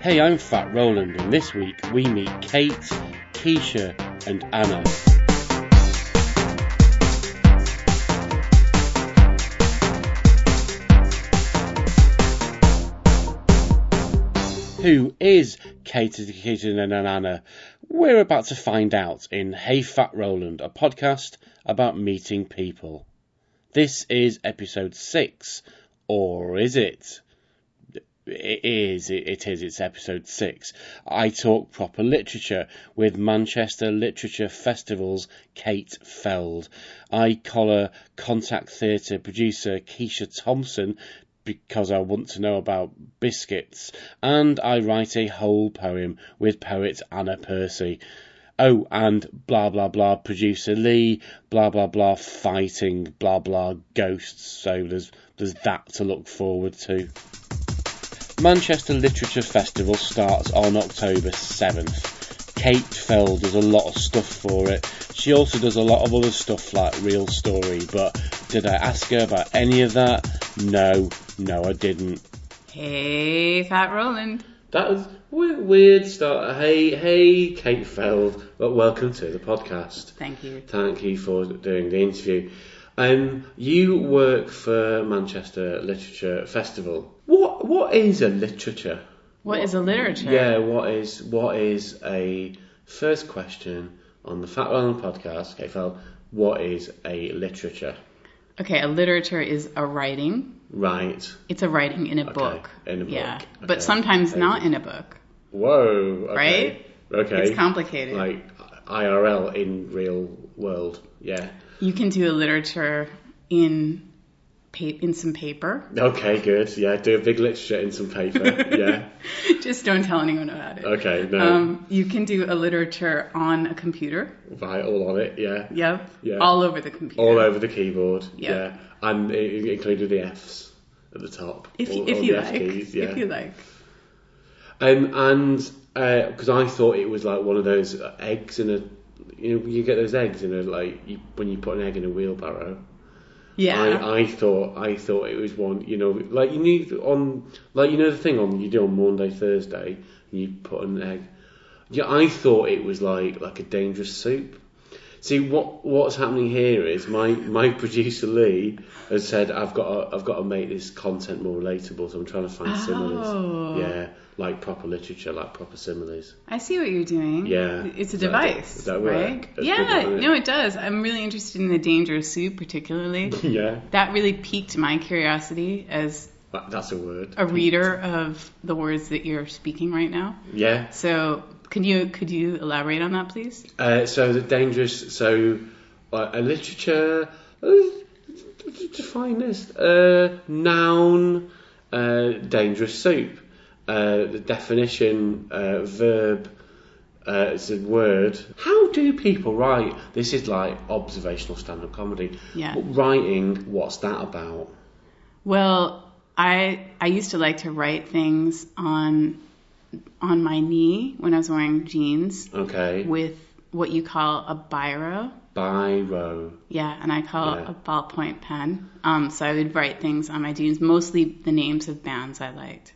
Hey, I'm Fat Roland, and this week we meet Kate, Keisha, and Anna. Who is Kate, Keisha, and Anna? We're about to find out in Hey Fat Roland, a podcast about meeting people. This is episode 6, or is it? It is, it, it is, it's episode 6. I talk proper literature with Manchester Literature Festival's Kate Feld. I collar Contact Theatre producer Keisha Thompson because I want to know about biscuits, and I write a whole poem with poet Anna Percy. Oh, and blah blah blah producer Lee, blah blah blah fighting, blah blah ghosts. So there's there's that to look forward to. Manchester Literature Festival starts on October 7th. Kate Feld does a lot of stuff for it. She also does a lot of other stuff like Real Story, but did I ask her about any of that? No, no, I didn't. Hey, Fat Roland. That was we- weird start. Hey, hey, Kate Feld. Well, welcome to the podcast. Thank you. Thank you for doing the interview. Um, you work for Manchester Literature Festival. What what is a literature? What is a literature? Yeah, what is what is a first question on the Fat Roland podcast, Kate Feld? What is a literature? Okay, a literature is a writing. Right. It's a writing in a book. in a Yeah, book. Okay. but sometimes Um, not in a book. Whoa. Okay. Right? Okay. It's complicated. like IRL in real world. Yeah. you can do a literature in pa- in some paper. Okay, good. Yeah, do a big literature in some paper. yeah. Just don't tell anyone about it. Okay, no. Um, you can do a literature on a computer. right, all on it. Yeah. Yep. Yeah. All over the computer. All over the keyboard. Yeah. Yeah. And i- i- including the Fs at the top. If, all, if all you the F like. keys, yeah. If you like. Um, and because I thought it was like one of those uh, eggs in a, you know, you get those eggs in a like you, when you put an egg in a wheelbarrow. Yeah. I, I thought I thought it was one you know like you need on like you know the thing on you do on Monday Thursday and you put an egg. Yeah, I thought it was like like a dangerous soup. See what what's happening here is my my producer Lee has said I've got to, I've got to make this content more relatable, so I'm trying to find Oh. similes. Yeah, like proper literature, like proper similes. I see what you're doing. Yeah. It's a Does that- device, does that work? right? That's yeah, good, isn't it? no, it does. I'm really interested in the dangerous soup, particularly. yeah, that really piqued my curiosity as that, that's a word. a reader of the words that you're speaking right now. Yeah. So, could you could you elaborate on that, please? Uh, so the dangerous. So uh, a literature. uh, d- d- Define this uh, noun. Uh, dangerous soup. Uh, the definition. Uh, verb. Uh, it's a word. How do people write? This is like observational stand-up comedy. Yeah. But writing. What's that about? Well, I I used to like to write things on on my knee when I was wearing jeans Okay. with what you call a biro. Biro. Yeah, and I call it Yeah. a ballpoint pen. Um, so I would write things on my jeans, mostly the names of bands I liked.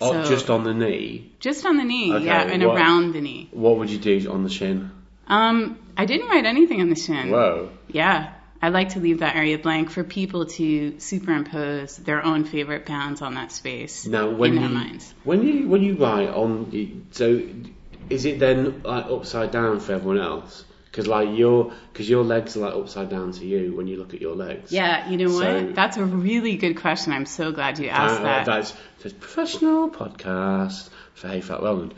Oh, So- just on the knee. Just on the knee, Okay, yeah, and what- around the knee. What would you do on the shin? Um, I didn't write anything on the shin. Whoa. Yeah, I like to leave that area blank for people to superimpose their own favorite pounds on that space Now, when in their you- minds. When you when you write on, so is it then like upside down for everyone else? Because like your because your legs are like upside down to you when you look at your legs. Yeah, you know So- what? That's a really good question. I'm so glad you Uh, asked that. That's says professional podcast for Hey Fat Roland.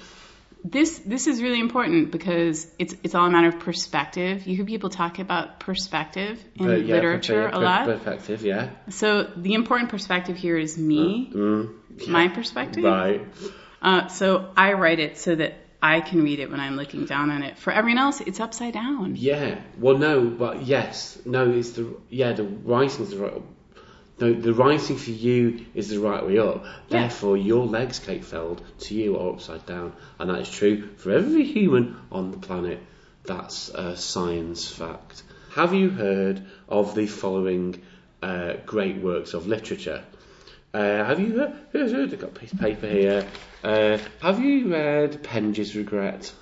This this is really important because it's it's all a matter of perspective. You hear people talk about perspective in But, Uh, yeah, literature per- a per- lot. Perspective, yeah. so the important perspective here is me, Mm, my perspective. right. Uh, so I write it so that I can read it when I'm looking down on it. For everyone else, it's upside down. Yeah. Well, no, but yes, no. It's the yeah. The writing's the right. No, the writing for you is the right way up. Therefore, your legs, Kate Feld, to you are upside down, and that is true for every human on the planet. That's a science fact. Have you heard of the following uh, great works of literature? Uh, have you heard, here's- here's- I've got a piece of paper here. Uh, have you read Penge's Regret?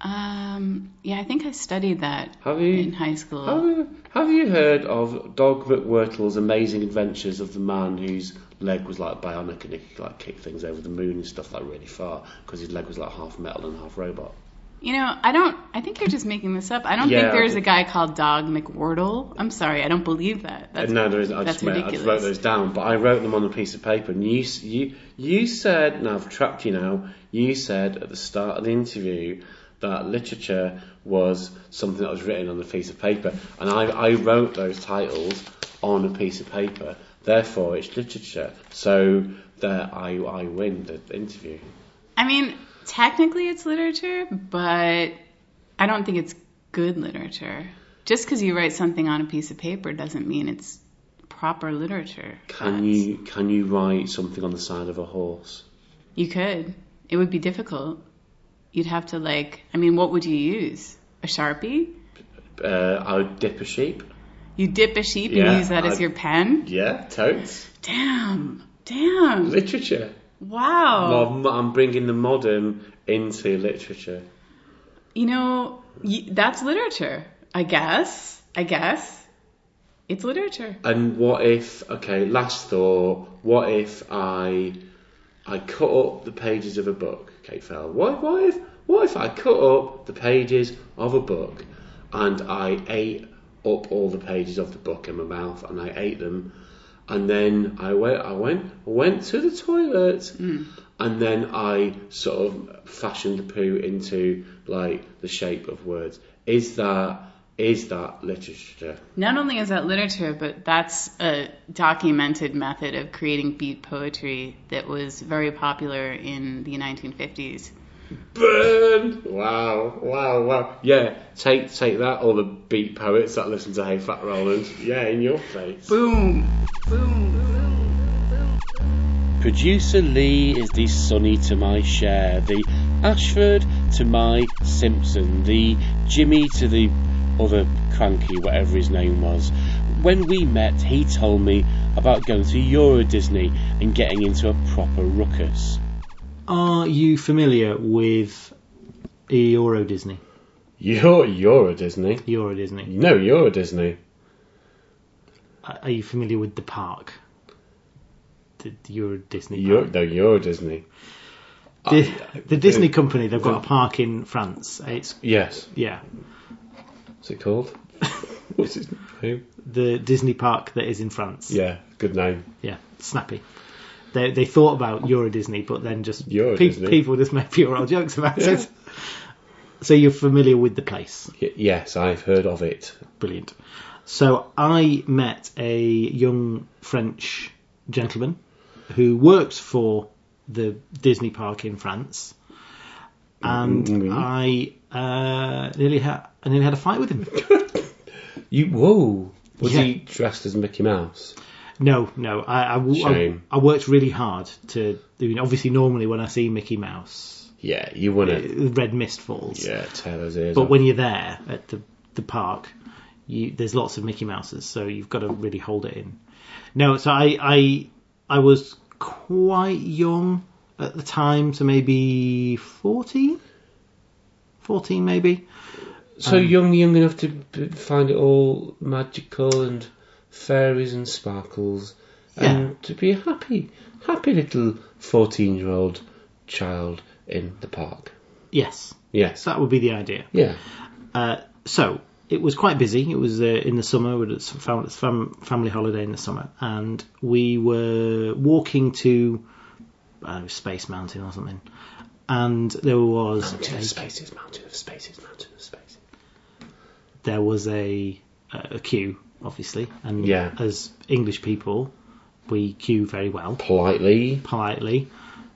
Um, yeah, I think I studied that Have in you? high school. Have you, have you heard of Dog McWhirtle's amazing adventures of the man whose leg was like bionic and he could like kick things over the moon and stuff like really far because his leg was like half metal and half robot? You know, I don't. I think you're just making this up. I don't Yeah, think there's okay. a guy called Dog McWhortle. I'm sorry, I don't believe that. That's no, there isn't. I that's just, wrote, I just wrote ridiculous. those down, but I wrote them on a piece of paper. And you, s- you, you said, and I've trapped you now. You said at the start of the interview that literature was something that was written on a piece of paper, and I, I wrote those titles on a piece of paper. Therefore, it's literature. So there, I, I win the interview. I mean, technically it's literature, but I don't think it's good literature. Just because you write something on a piece of paper doesn't mean it's proper literature. Can That's- you, can you write something on the side of a horse? You could. It would be difficult. You'd have to like. I mean, what would you use? A sharpie? Uh, I would dip a sheep. You dip a sheep Yeah, and use that as I'd- your pen? Yeah, totes. Damn. Damn. Literature. Wow. Modern, I'm bringing the modern into literature. You know, y- that's literature, I guess. I guess. It's literature. And what if? Okay, last thought. What if I, I cut up the pages of a book, Kate Fell? What, what if? What if I cut up the pages of a book, and I ate up all the pages of the book in my mouth, and I ate them, and then I went, I went, went to the toilet, and then I sort of fashioned the poo into like the shape of words. Is that is that literature? Not only is that literature, but that's a documented method of creating beat poetry that was very popular in the 1950s. Burn! Wow, wow, wow. Yeah, take take that, all the beat poets that listen to Hey Fat Roland. Yeah, in your face. Boom. Boom. Producer Lee is the Sonny to my Cher, the Ashford to my Simpson, the Jimmy to the other cranky, whatever his name was. When we met, he told me about going to Euro Disney and getting into a proper ruckus. Are you familiar with Euro Disney? You're you're a Disney. Euro Disney. No, you're a Disney. Are are you familiar with the park? The the Euro Disney. You're Park? no, you're a Disney. The, the Disney the- company. They've got a park in France. It's Yes. yeah, What's it called? What's his name? the Disney park that is in France. Yeah, good name. Yeah, snappy. They, they thought about Euro Disney, but then just Euro pe- Disney. people just make pure old jokes about Yeah. it. So you're familiar with the place. Y- yes, I've heard of it. Brilliant. So I met a young French gentleman who worked for the Disney park in France, and Mm-hmm. I uh, nearly had I nearly had a fight with him. You whoa. Was Yeah. he dressed as Mickey Mouse? No, no. I I, w- I- Shame. I worked really hard to. I mean, obviously, normally when I see Mickey Mouse, Yeah, you wouldn't. uh, red mist falls. Yeah, tear those ears. But off. when you're there at the the park, you, there's lots of Mickey Mouses, so you've got to really hold it in. No, so I I I was quite young at the time, so maybe 14? 14 maybe. So young, young enough to b- find it all magical and fairies and sparkles, and to be a happy, happy little fourteen-year-old child in the park. Yes, Yes. so that would be the idea. yeah. Uh, so it was quite busy. It was uh, in the summer. We had a fam- fam- family holiday in the summer, and we were walking to I don't know, Space Mountain or something. And there was Mountain a- of spaces, mountain of spaces, mountain of spaces. there was a a queue, obviously, and Yeah. as English people, we queue very well, Politely politely,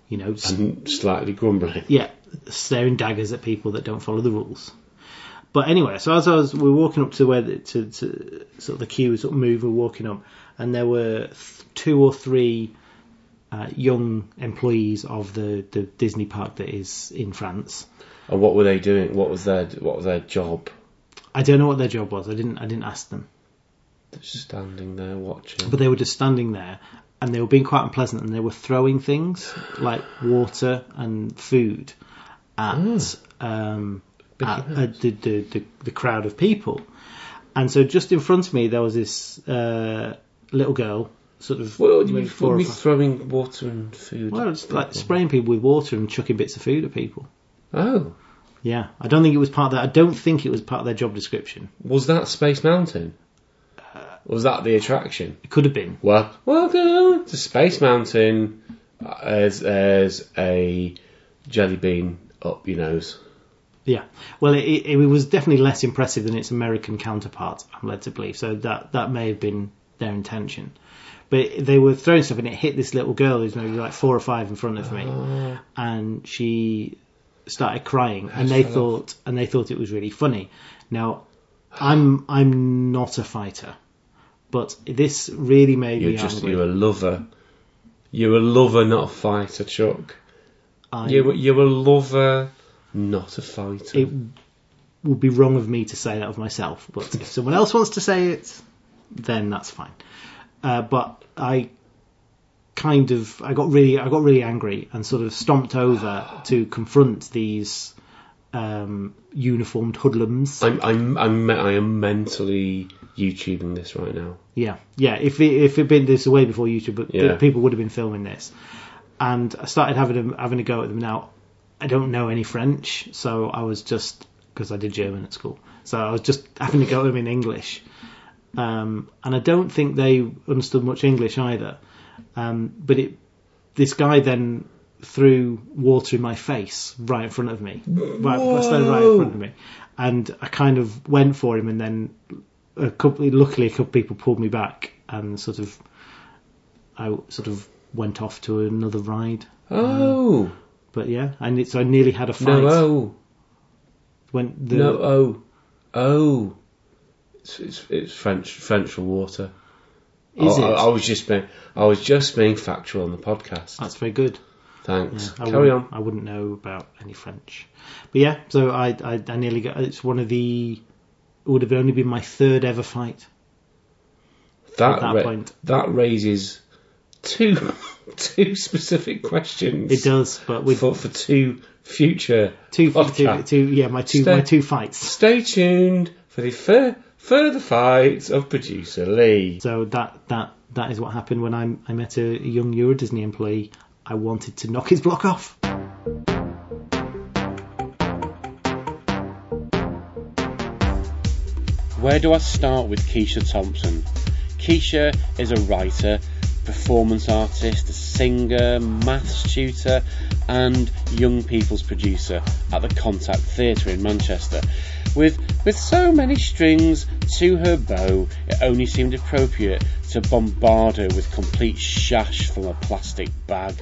you know, s- and slightly grumbling. yeah, staring daggers at people that don't follow the rules. But anyway, so as I was, we were walking up to where the, to, to sort of the queue was sort of move, we were walking up, and there were th- two or three uh, young employees of the, the Disney park that is in France. And what were they doing? What was their what was their job? I don't know what their job was. I didn't I didn't ask them, Just standing there watching. but they were just standing there, and they were being quite unpleasant and they were throwing things like water and food at, Hmm. um, at, at the, the, the, the crowd of people. And so just in front of me, there was this uh, little girl, sort of. What do you maybe mean? four What or are we five- throwing water and food? well, it's like spraying people with water and chucking bits of food at people. Oh, Yeah, I don't think it was part of that. I don't think it was part of their job description. was that Space Mountain? Uh. Was that the attraction? It could have been. Well, welcome to Space Mountain uh, as as a jelly bean up your nose. Yeah. Well, it, it, it was definitely less impressive than its American counterpart, I'm led to believe. So that, that may have been their intention. But they were throwing stuff and it hit this little girl who's maybe like four or five in front of Uh-huh. me. And she started crying and they thought and they thought it was really funny. Now I'm I'm not a fighter. But this really made You're me just angry. you're a lover. You're a lover, not a fighter, Chuck. I- You you're a lover, not a fighter. it would be wrong of me to say that of myself, but if someone else wants to say it, then that's fine. Uh, but I kind of I got really I got really angry and sort of stomped over to confront these um, uniformed hoodlums. I'm I'm I'm me- I am mentally YouTubing this right now. Yeah, yeah. If it, if it'd been this way before YouTube, but Yeah. people would have been filming this. And I started having a, having a go at them. Now I don't know any French, so I was just because I did German at school, so I was just having a go at them in English. Um, and I don't think they understood much English either. Um, but it this guy then threw water in my face right in front of me, right, started right in front of me, and I kind of went for him, and then a couple, luckily a couple of people pulled me back and sort of I sort of went off to another ride. Oh But yeah, and it, so I nearly had a Mm. fight no! Oh when the no! Oh oh! It's, it's it's French French for water. is I, it? I, I was just being I was just being factual on the podcast. That's very good. Thanks. I Carry wouldn't- on. I wouldn't know about any French, but yeah. So I, I, I nearly got. It's one of the. It would have only been my third ever fight. That that ra- point. that raises two two specific questions. It does, but with for for two future two, two, podcasts. two, yeah, my two, Stay- my two fights. Stay tuned for the fur- further fights of producer Lee. So that that that is what happened when I I met a young Euro Disney employee. I wanted to knock his block off. Where do I start with Keisha Thompson? Keisha is a writer, performance artist, singer, maths tutor, and young people's producer at the Contact Theatre in Manchester. With, with so many strings to her bow, it only seemed appropriate to bombard her with complete shash from a plastic bag.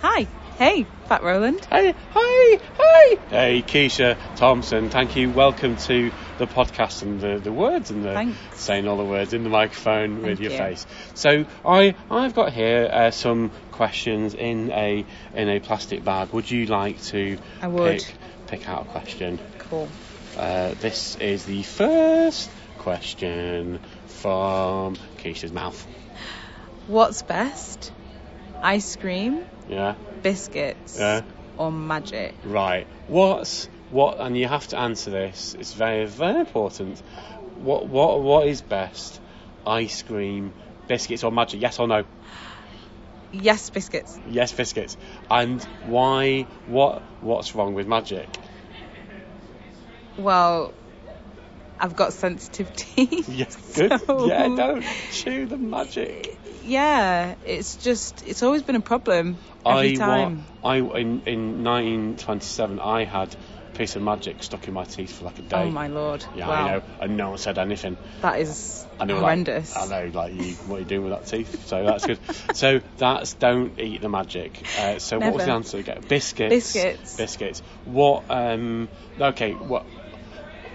Hi. Hey, Fat Roland. Hey, hi, hi! Hey, Keisha Thompson, thank you. Welcome to the podcast and the, the words and the Thanks. saying all the words in the microphone with Thank your you. face. So I I've got here uh, some questions in a in a plastic bag. Would you like to I would. pick pick out a question? Cool. Uh, this is the first question from Keisha's mouth. What's best? Ice cream, Yeah. biscuits, Yeah. or magic? Right. What's what? And you have to answer this. It's very very important. What what what is best? Ice cream, biscuits, or magic? Yes or no? Yes, biscuits. Yes, biscuits. And why? What what's wrong with magic? Well, I've got sensitive teeth. Yes, good. so- Yeah, don't chew the magic. Yeah, it's just, it's always been a problem I every wa- time. I in in 1927 I had a piece of magic stuck in my teeth for like a day. Oh my lord. Yeah, wow. I know. And no one said anything. That is I know, horrendous. Like, I know, like you, what you doing with that teeth? So that's good. so that's don't eat the magic. Uh, so what was Never. the answer again? Biscuits. Biscuits. Biscuits. What? Um, okay. What?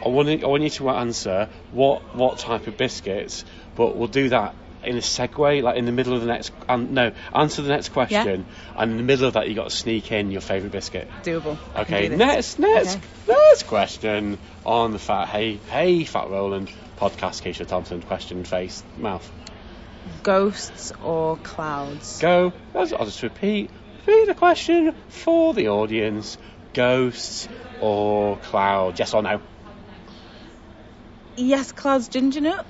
I want to, I want you to answer what what type of biscuits, but we'll do that in a segue, like in the middle of the next. Um, no, answer the next question, and in the middle of that you got to sneak in your favourite biscuit. Doable. I can Okay, do this. next, next, Okay. next question on the fat hey hey fat Roland podcast. Keisha Thompson question face mouth. ghosts or clouds? Go. I'll I'll just repeat. Repeat the question for the audience: ghosts or clouds? Yes or no? Yes, clouds ginger nut.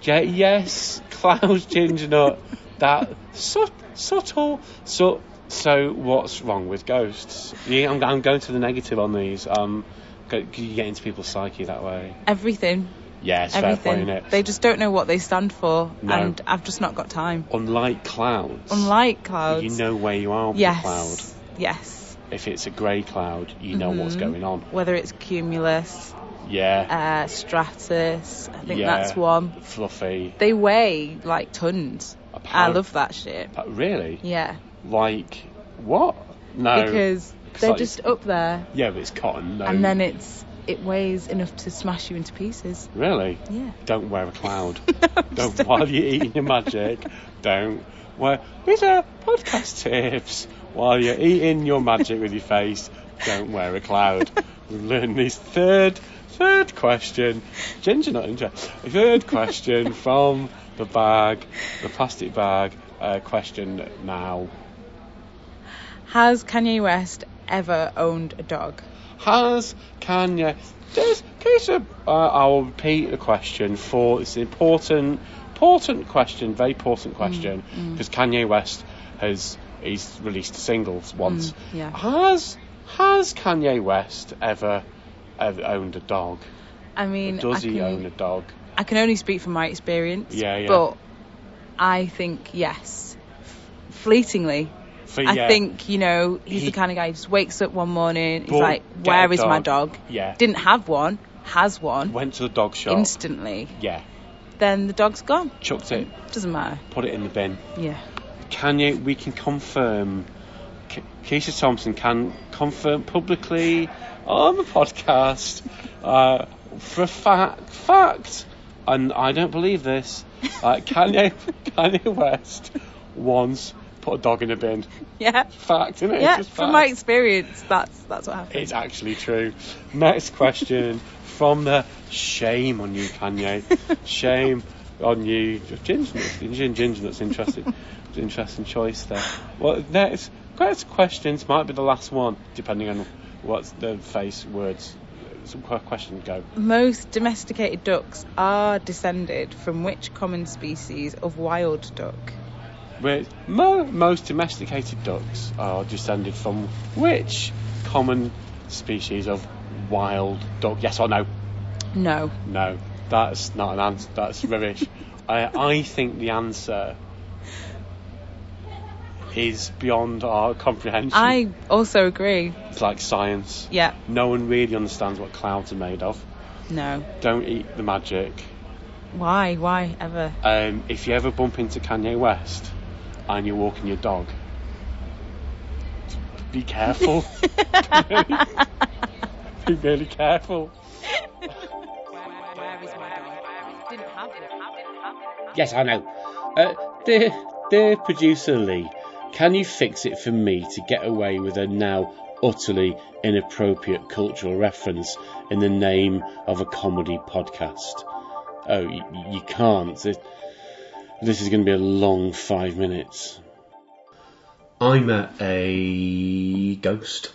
J- yes, clouds, ginger nut. That sut- subtle. So, so what's wrong with ghosts? Yeah, I'm, I'm going to the negative on these. Um, go, you get into people's psyche that way. Everything. Yes, fair everything. point. innit? They just don't know what they stand for, No. and I've just not got time. Unlike clouds, Unlike clouds. you know where you are with yes. the cloud. Yes. If it's a grey cloud, you know what's Mhm. going on. Whether it's cumulus, Yeah, uh, stratus, I think Yeah. that's one. fluffy. They weigh like tons. A Uh, I pound. love that shit. Pa- Really? Yeah. Like what? No. Because Oh. It's they're like- Oh. just up there, yeah, but it's cotton. No. and then it's it weighs enough to smash you into pieces. Really? Yeah. Don't wear a cloud. Just don't while you're eating your magic. Don't wear. These are podcast tips. While you're eating your magic with your face, don't wear a cloud. We've learned this third third question. Ginger not interested. Third question from the bag, the plastic bag. Uh, question now. Has Kanye West ever owned a dog? Has Kanye? Just in case of, uh, I'll repeat the question for it's an important, important question, very Mm, important question, because Kanye West has he's released singles once. Mm, yeah. Has Has Kanye West ever, ever owned a dog? I mean, Does I he can, own a dog? I can only speak from my experience. Yeah, yeah. But I think yes, fleetingly. For, I think you know he's He- the kind of guy who just wakes up one morning, he's But like, get "Where a is my dog." dog?" Yeah. Didn't have one, has one went to the dog shop. instantly. yeah, Then the dog's gone. chucked it, Doesn't matter. put it in the bin. Yeah. Kanye, we can confirm. K- Keisha Thompson can confirm publicly on the podcast uh, for a fact, fact, and I don't believe this. Uh, Kanye, Kanye West once put a dog in a bin. Yeah. Fact, isn't it? Yeah. It's just From fact. my experience, that's that's what happened. It's actually true. Next question from the shame on you, Kanye. Shame on you. Ginger nuts. Ginger, ginger nuts. Interesting, interesting choice there. Well, next, next questions might be the last one, depending on what's the face words. Some que- question go. Most domesticated ducks are descended from which common species of wild duck? Where mo- most domesticated ducks are descended from which common species of wild duck? Yes or no? No. No, that's not an answer. That's rubbish. I, I think the answer is beyond our comprehension. I also agree. It's like science. Yeah. No one really understands what clouds are made of. No. Don't eat the magic. Why? Why ever? Um, if you ever bump into Kanye West and you're walking your dog, be careful. be really careful. Yes, I know. Uh, dear, dear producer Lee, can you fix it for me to get away with a now utterly inappropriate cultural reference in the name of a comedy podcast? Oh, y- you can't. This, this is going to be a long five minutes. I met a ghost.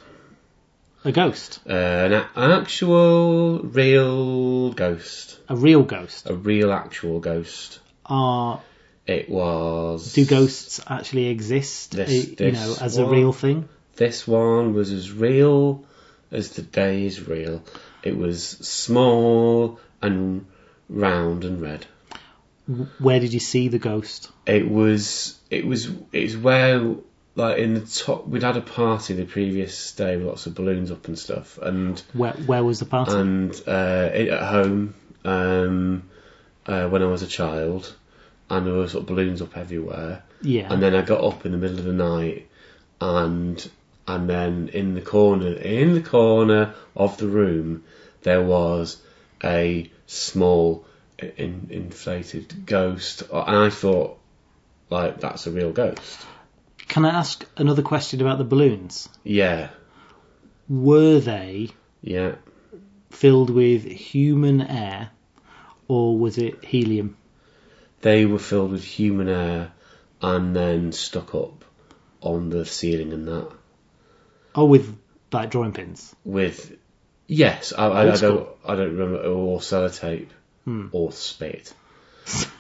A ghost. an actual, real ghost. A real ghost. A real, actual ghost. Are It was. do ghosts actually exist? This- uh, you this know, as a one. real thing. This one was as real as the day is real. It was small and round and red. Where did you see the ghost? It was it was it was where like in the top we'd had a party the previous day with lots of balloons up and stuff and Where Where was the party? and uh, it at home um, uh, when I was a child and there were sort of balloons up everywhere yeah. and then I got up in the middle of the night, and and then in the corner, in the corner of the room, there was a small in, inflated ghost, and I thought, like, that's a real ghost. Can I ask another question about the balloons? Yeah, Were they yeah. filled with human air, or was it helium? They were filled with human air and then stuck up on the ceiling and that. Oh, with like drawing pins. With yes, I, I, I Old don't I don't remember or sellotape or spit,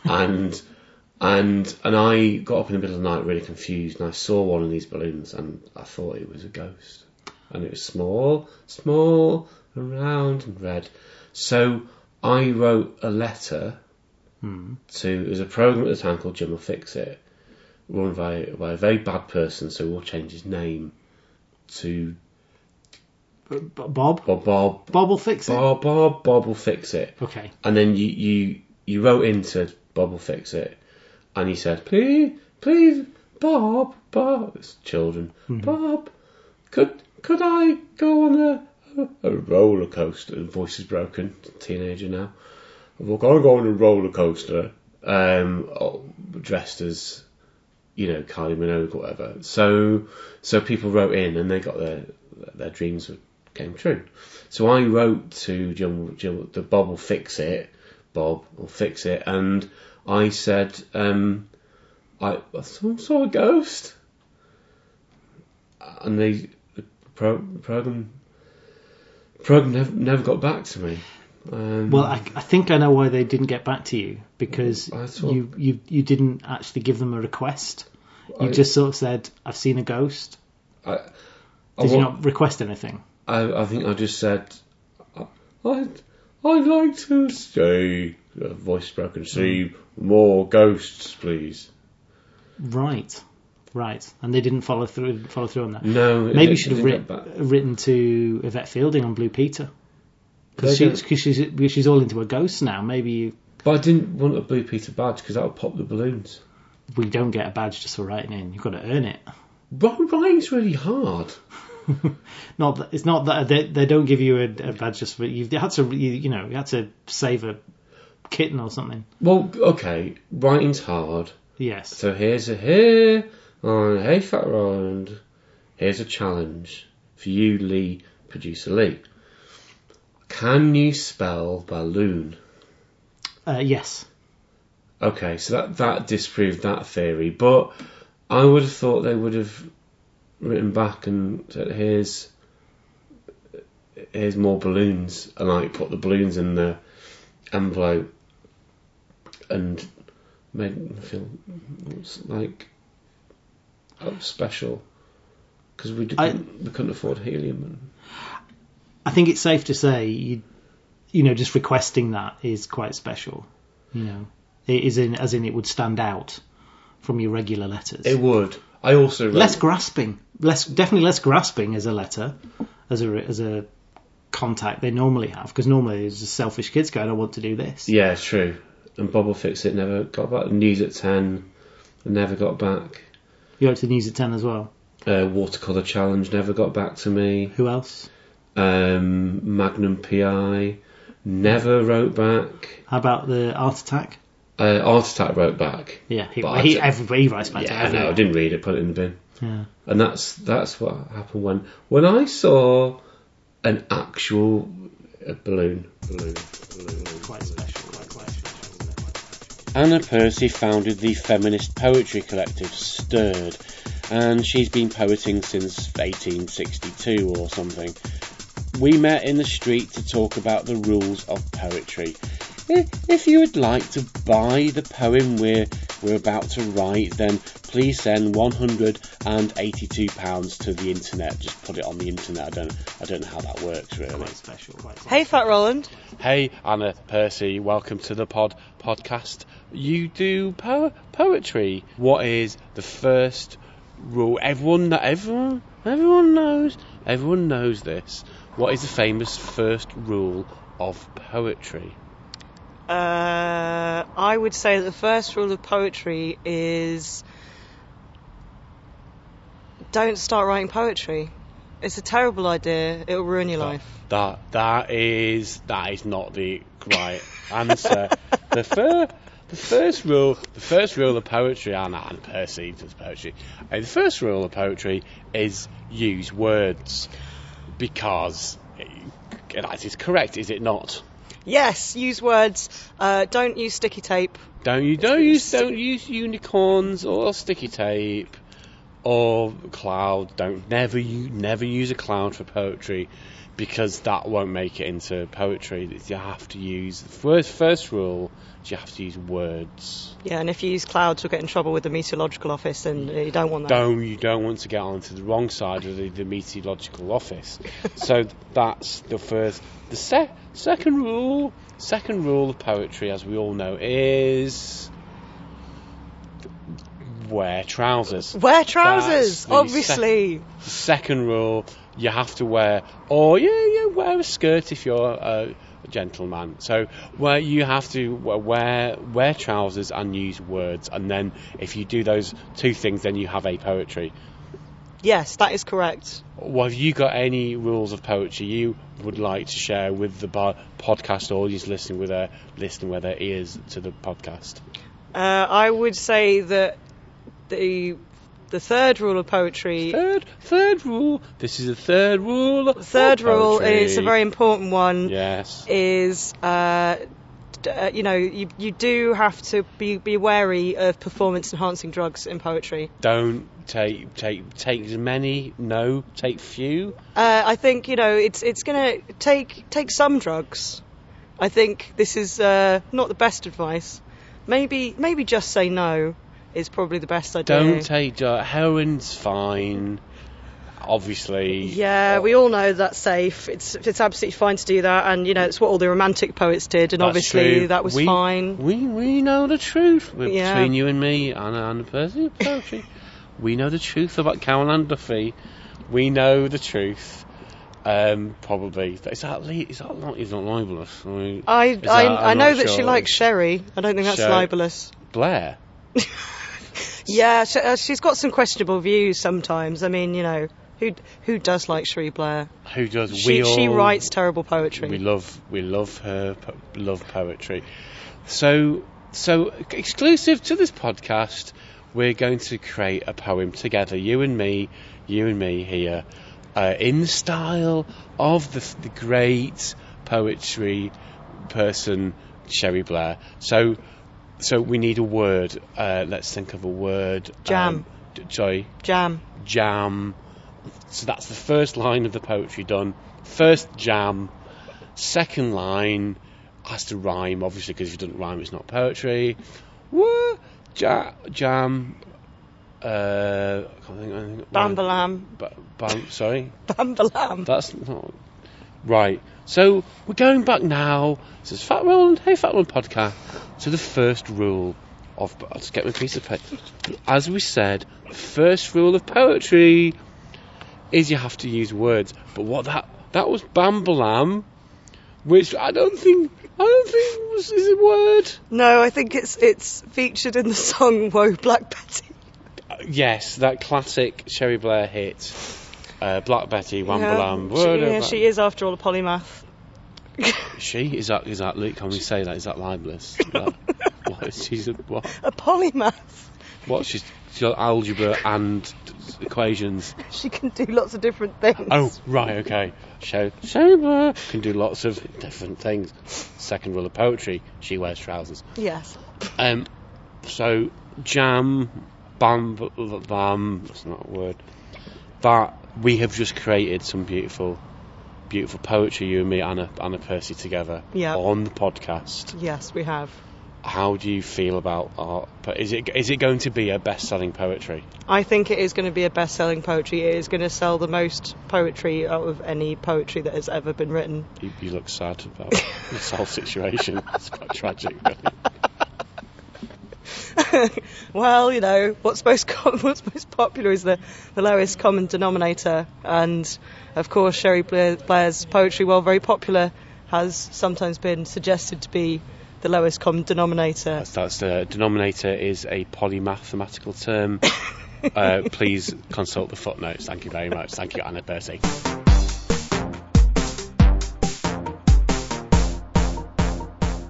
and and and I got up in the middle of the night really confused and I saw one of these balloons and I thought it was a ghost and it was small, small and round and red. So I wrote a letter Hmm. to there's a program at the time called Jim will fix it, run by by a very bad person. So we'll change his name to B- Bob. Bob Bob Bob will fix it. Bob, Bob, Bob will fix it. Okay. And then you, you, you wrote into Bob will fix it, and he said, please, please, Bob, Bob, it's children, Bob, could could I go on a a roller coaster? The voice is broken, teenager now. Look, I go on a roller coaster, um, oh, dressed as, you know, Kylie Minogue or whatever. So, so people wrote in and they got their their dreams came true. So I wrote to Jim, Jim the Bob will fix it, Bob will fix it, and I said, um, I, I saw, saw a ghost, and they the pro, program program never, never got back to me. Um, Well, I, I think I know why they didn't get back to you because I thought- you, you you didn't actually give them a request. You I- just sort of said, "I've seen a ghost." I, I, Did you wa- not request anything? I, I think I just said, I, I'd like to see, uh, voice broken, see more ghosts, please. Right, right, and they didn't follow through follow through on that. No, it- Maybe you it should have didn't writ- get back. written to Yvette Fielding on Blue Peter because They she's, cause she's because she's all into a ghost now. Maybe you, But I didn't want a Blue Peter badge because that would pop the balloons. we don't get a badge just for writing in. You've got to earn it. Wri- Writing's really hard. Not that it's not that they, they don't give you a, a badge just for you had to you, you know you had to save a kitten or something. Well, okay, writing's hard. Yes. So here's a here on Hey Fat Roland. Here's a challenge for you, Lee, producer Lee. Can you spell balloon? Uh, yes. Okay, so that that disproved that theory, but I would have thought they would have written back and said, "Here's here's more balloons," and like put the balloons in the envelope and made them feel like up special because we didn't I- we couldn't afford helium. I think it's safe to say you, you know, just requesting that is quite special. You know, it is in as in it would stand out from your regular letters. It would. I also wrote, less grasping, less definitely less grasping as a letter, as a as a contact they normally have because normally it's just selfish kids going, I want to do this. Yeah, true. And Bob will fix it. Never got back. News at ten. Never got back. You went to the news at ten as well. uh, watercolor challenge never got back to me. Who else? Um, Magnum PI never wrote back. How about the art attack? Uh, Art Attack wrote back. Yeah, he, But I he, did- everybody writes back to Yeah, I know. I everyone. didn't read it. Put it in the bin. Yeah. And that's that's what happened when when I saw an actual uh, balloon. Balloon. balloon. Quite special, quite, quite special. Anna Percy founded the feminist poetry collective Stirred, and she's been poeting since 1862 or something. We met in the street to talk about the rules of poetry. I- If you would like to buy the poem we're, we're about to write, then please send £182 to the internet. Just put it on the internet. I don't, I don't know how that works, really. Quite special, quite special. Hey, Fat Roland. Hey, Anna Percy, welcome to the Pod Podcast. You do po- poetry. What is the first rule? Everyone, kn- everyone, everyone knows. Everyone knows this. What is the famous first rule of poetry? Uh, I would say that the first rule of poetry is don't start writing poetry. It's a terrible idea. It'll ruin your life. That that is that is not the right answer. the fir- the first rule the first rule of poetry and and Percy does poetry. Uh, the first rule of poetry is use words because uh, that is correct, is it not? Yes, use words. Uh, don't use sticky tape. Don't you don't use don't use unicorns or sticky tape or cloud. Don't never you never use a cloud for poetry because that won't make it into poetry. You have to use first first rule is you have to use words. Yeah, and if you use clouds, you'll get in trouble with the meteorological office, and you don't want that. Don't you don't want to get onto the wrong side of the, the meteorological office. so that's the first. The se- second rule, second rule of poetry, as we all know, is wear trousers. Wear That's trousers, the obviously. The second rule, you have to wear, or you, you wear a skirt if you're a gentleman. So where you have to wear wear trousers and use words, and then if you do those two things, then you have a poetry. Yes, that is correct. Well, have you got any rules of poetry you would like to share with the bo- podcast audience listening with their listening with their ears to the podcast? Uh, I would say that the the third rule of poetry, Third, third rule. This is the third rule. of third rule, poetry. is a very important one. yes. Is uh, d- uh, you know you, you do have to be be wary of performance enhancing drugs in poetry. Don't take take take as many. No, take few. Uh, I think you know it's it's gonna take take some drugs. I think this is uh, not the best advice. Maybe maybe just say no is probably the best idea. Don't take uh, heroin's fine. Obviously. Yeah, we all know that's safe. It's it's absolutely fine to do that, and you know it's what all the romantic poets did, and That's obviously true. that was we, fine. We we know the truth We're Yeah. between you and me and, and the person who poetry. we know the truth about Caroline Duffy. We know the truth. Um, probably is that li- is that li- is not libelous? I mean, I is that- I, I'm I know not that she sure. likes sherry. I don't think that's Sherry. libelous. Blair. Yeah, she, uh, she's got some questionable views sometimes. I mean, you know, who who does like Sherry Blair? Who does She we all? she writes terrible poetry. We love we love her po- love poetry. So so exclusive to this podcast, we're going to create a poem together, you and me, you and me here, uh, in the style of the, the great poetry person Sherry Blair. So so we need a word. Uh, let's think of a word. Jam. Um, d- sorry, Jam. jam. So that's the first line of the poetry done. First jam. Second line has to rhyme, obviously, because if it doesn't rhyme, it's not poetry. Woo! Ja- jam. Uh, I can't think. I think Bambalam. Ba- bam, sorry, Bambalam. that's not right. So we're going back now. This is Fat Roland. Hey, Fat Roland podcast. To the first rule of. I'll just get my piece of paper. As we said, first rule of poetry is you have to use words. But what that that was bambalam, which I don't think I don't think was is a word. No, I think it's it's featured in the song Whoa Black Betty. Yes, that classic Sherry Blair hit. Uh, Black Betty, Wambalam. Yeah, she, yeah, she is after all a polymath. She is that is that Luke? Can we say that? Is that libelous? That- what, she's a, what? A polymath. What? She's, she's got algebra and equations. She can do lots of different things. Oh, right, okay. So Sober can do lots of different things. Second rule of poetry: she wears trousers. Yes. Um, so jam, bam, bam. That's not a word. That we have just created some beautiful, beautiful poetry. You and me, Anna, Anna Percy, together Yeah. on the podcast. Yes, we have. how do you feel about art? But is it is it going to be a best-selling poetry? I think it is going to be a best selling poetry. It is going to sell the most poetry out of any poetry that has ever been written. You, you look sad about this whole situation. It's quite tragic. Really. Well, you know, what's most, com- what's most popular is the, the lowest common denominator. And of course, Sherry Blair, Blair's poetry, while very popular, has sometimes been suggested to be the lowest common denominator. That's, that's the denominator is a polymathematical term. uh, please consult the footnotes. Thank you very much. Thank you, Anna Bertie.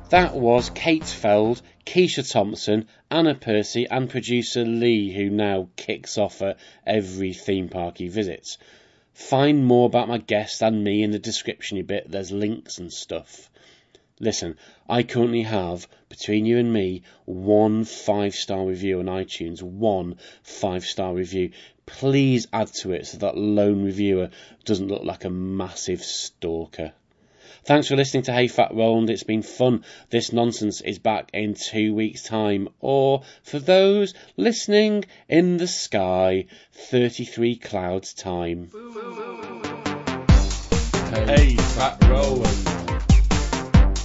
That was Kate Feld, Keisha Thompson, Anna Percy, and producer Lee, who now kicks off at every theme park he visits. Find more about my guest and me in the description a bit. There's links and stuff. Listen, I currently have, between you and me, one five star review on iTunes. One five star review. Please add to it so that lone reviewer doesn't look like a massive stalker. Thanks for listening to Hey Fat Roland. It's been fun. This nonsense is back in two weeks' time, or for those listening in the sky, 33 clouds time. Hey, Fat Roland.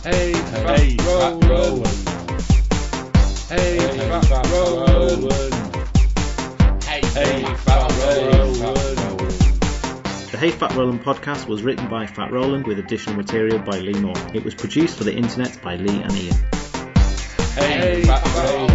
Hey, Fat Roland. Hey, Fat Roland. Hey, Fat Roland. The Hey Fat Roland podcast was written by Fat Roland with additional material by Lee Moore. It was produced for the internet by Lee and Ian. Hey, Fat Roland.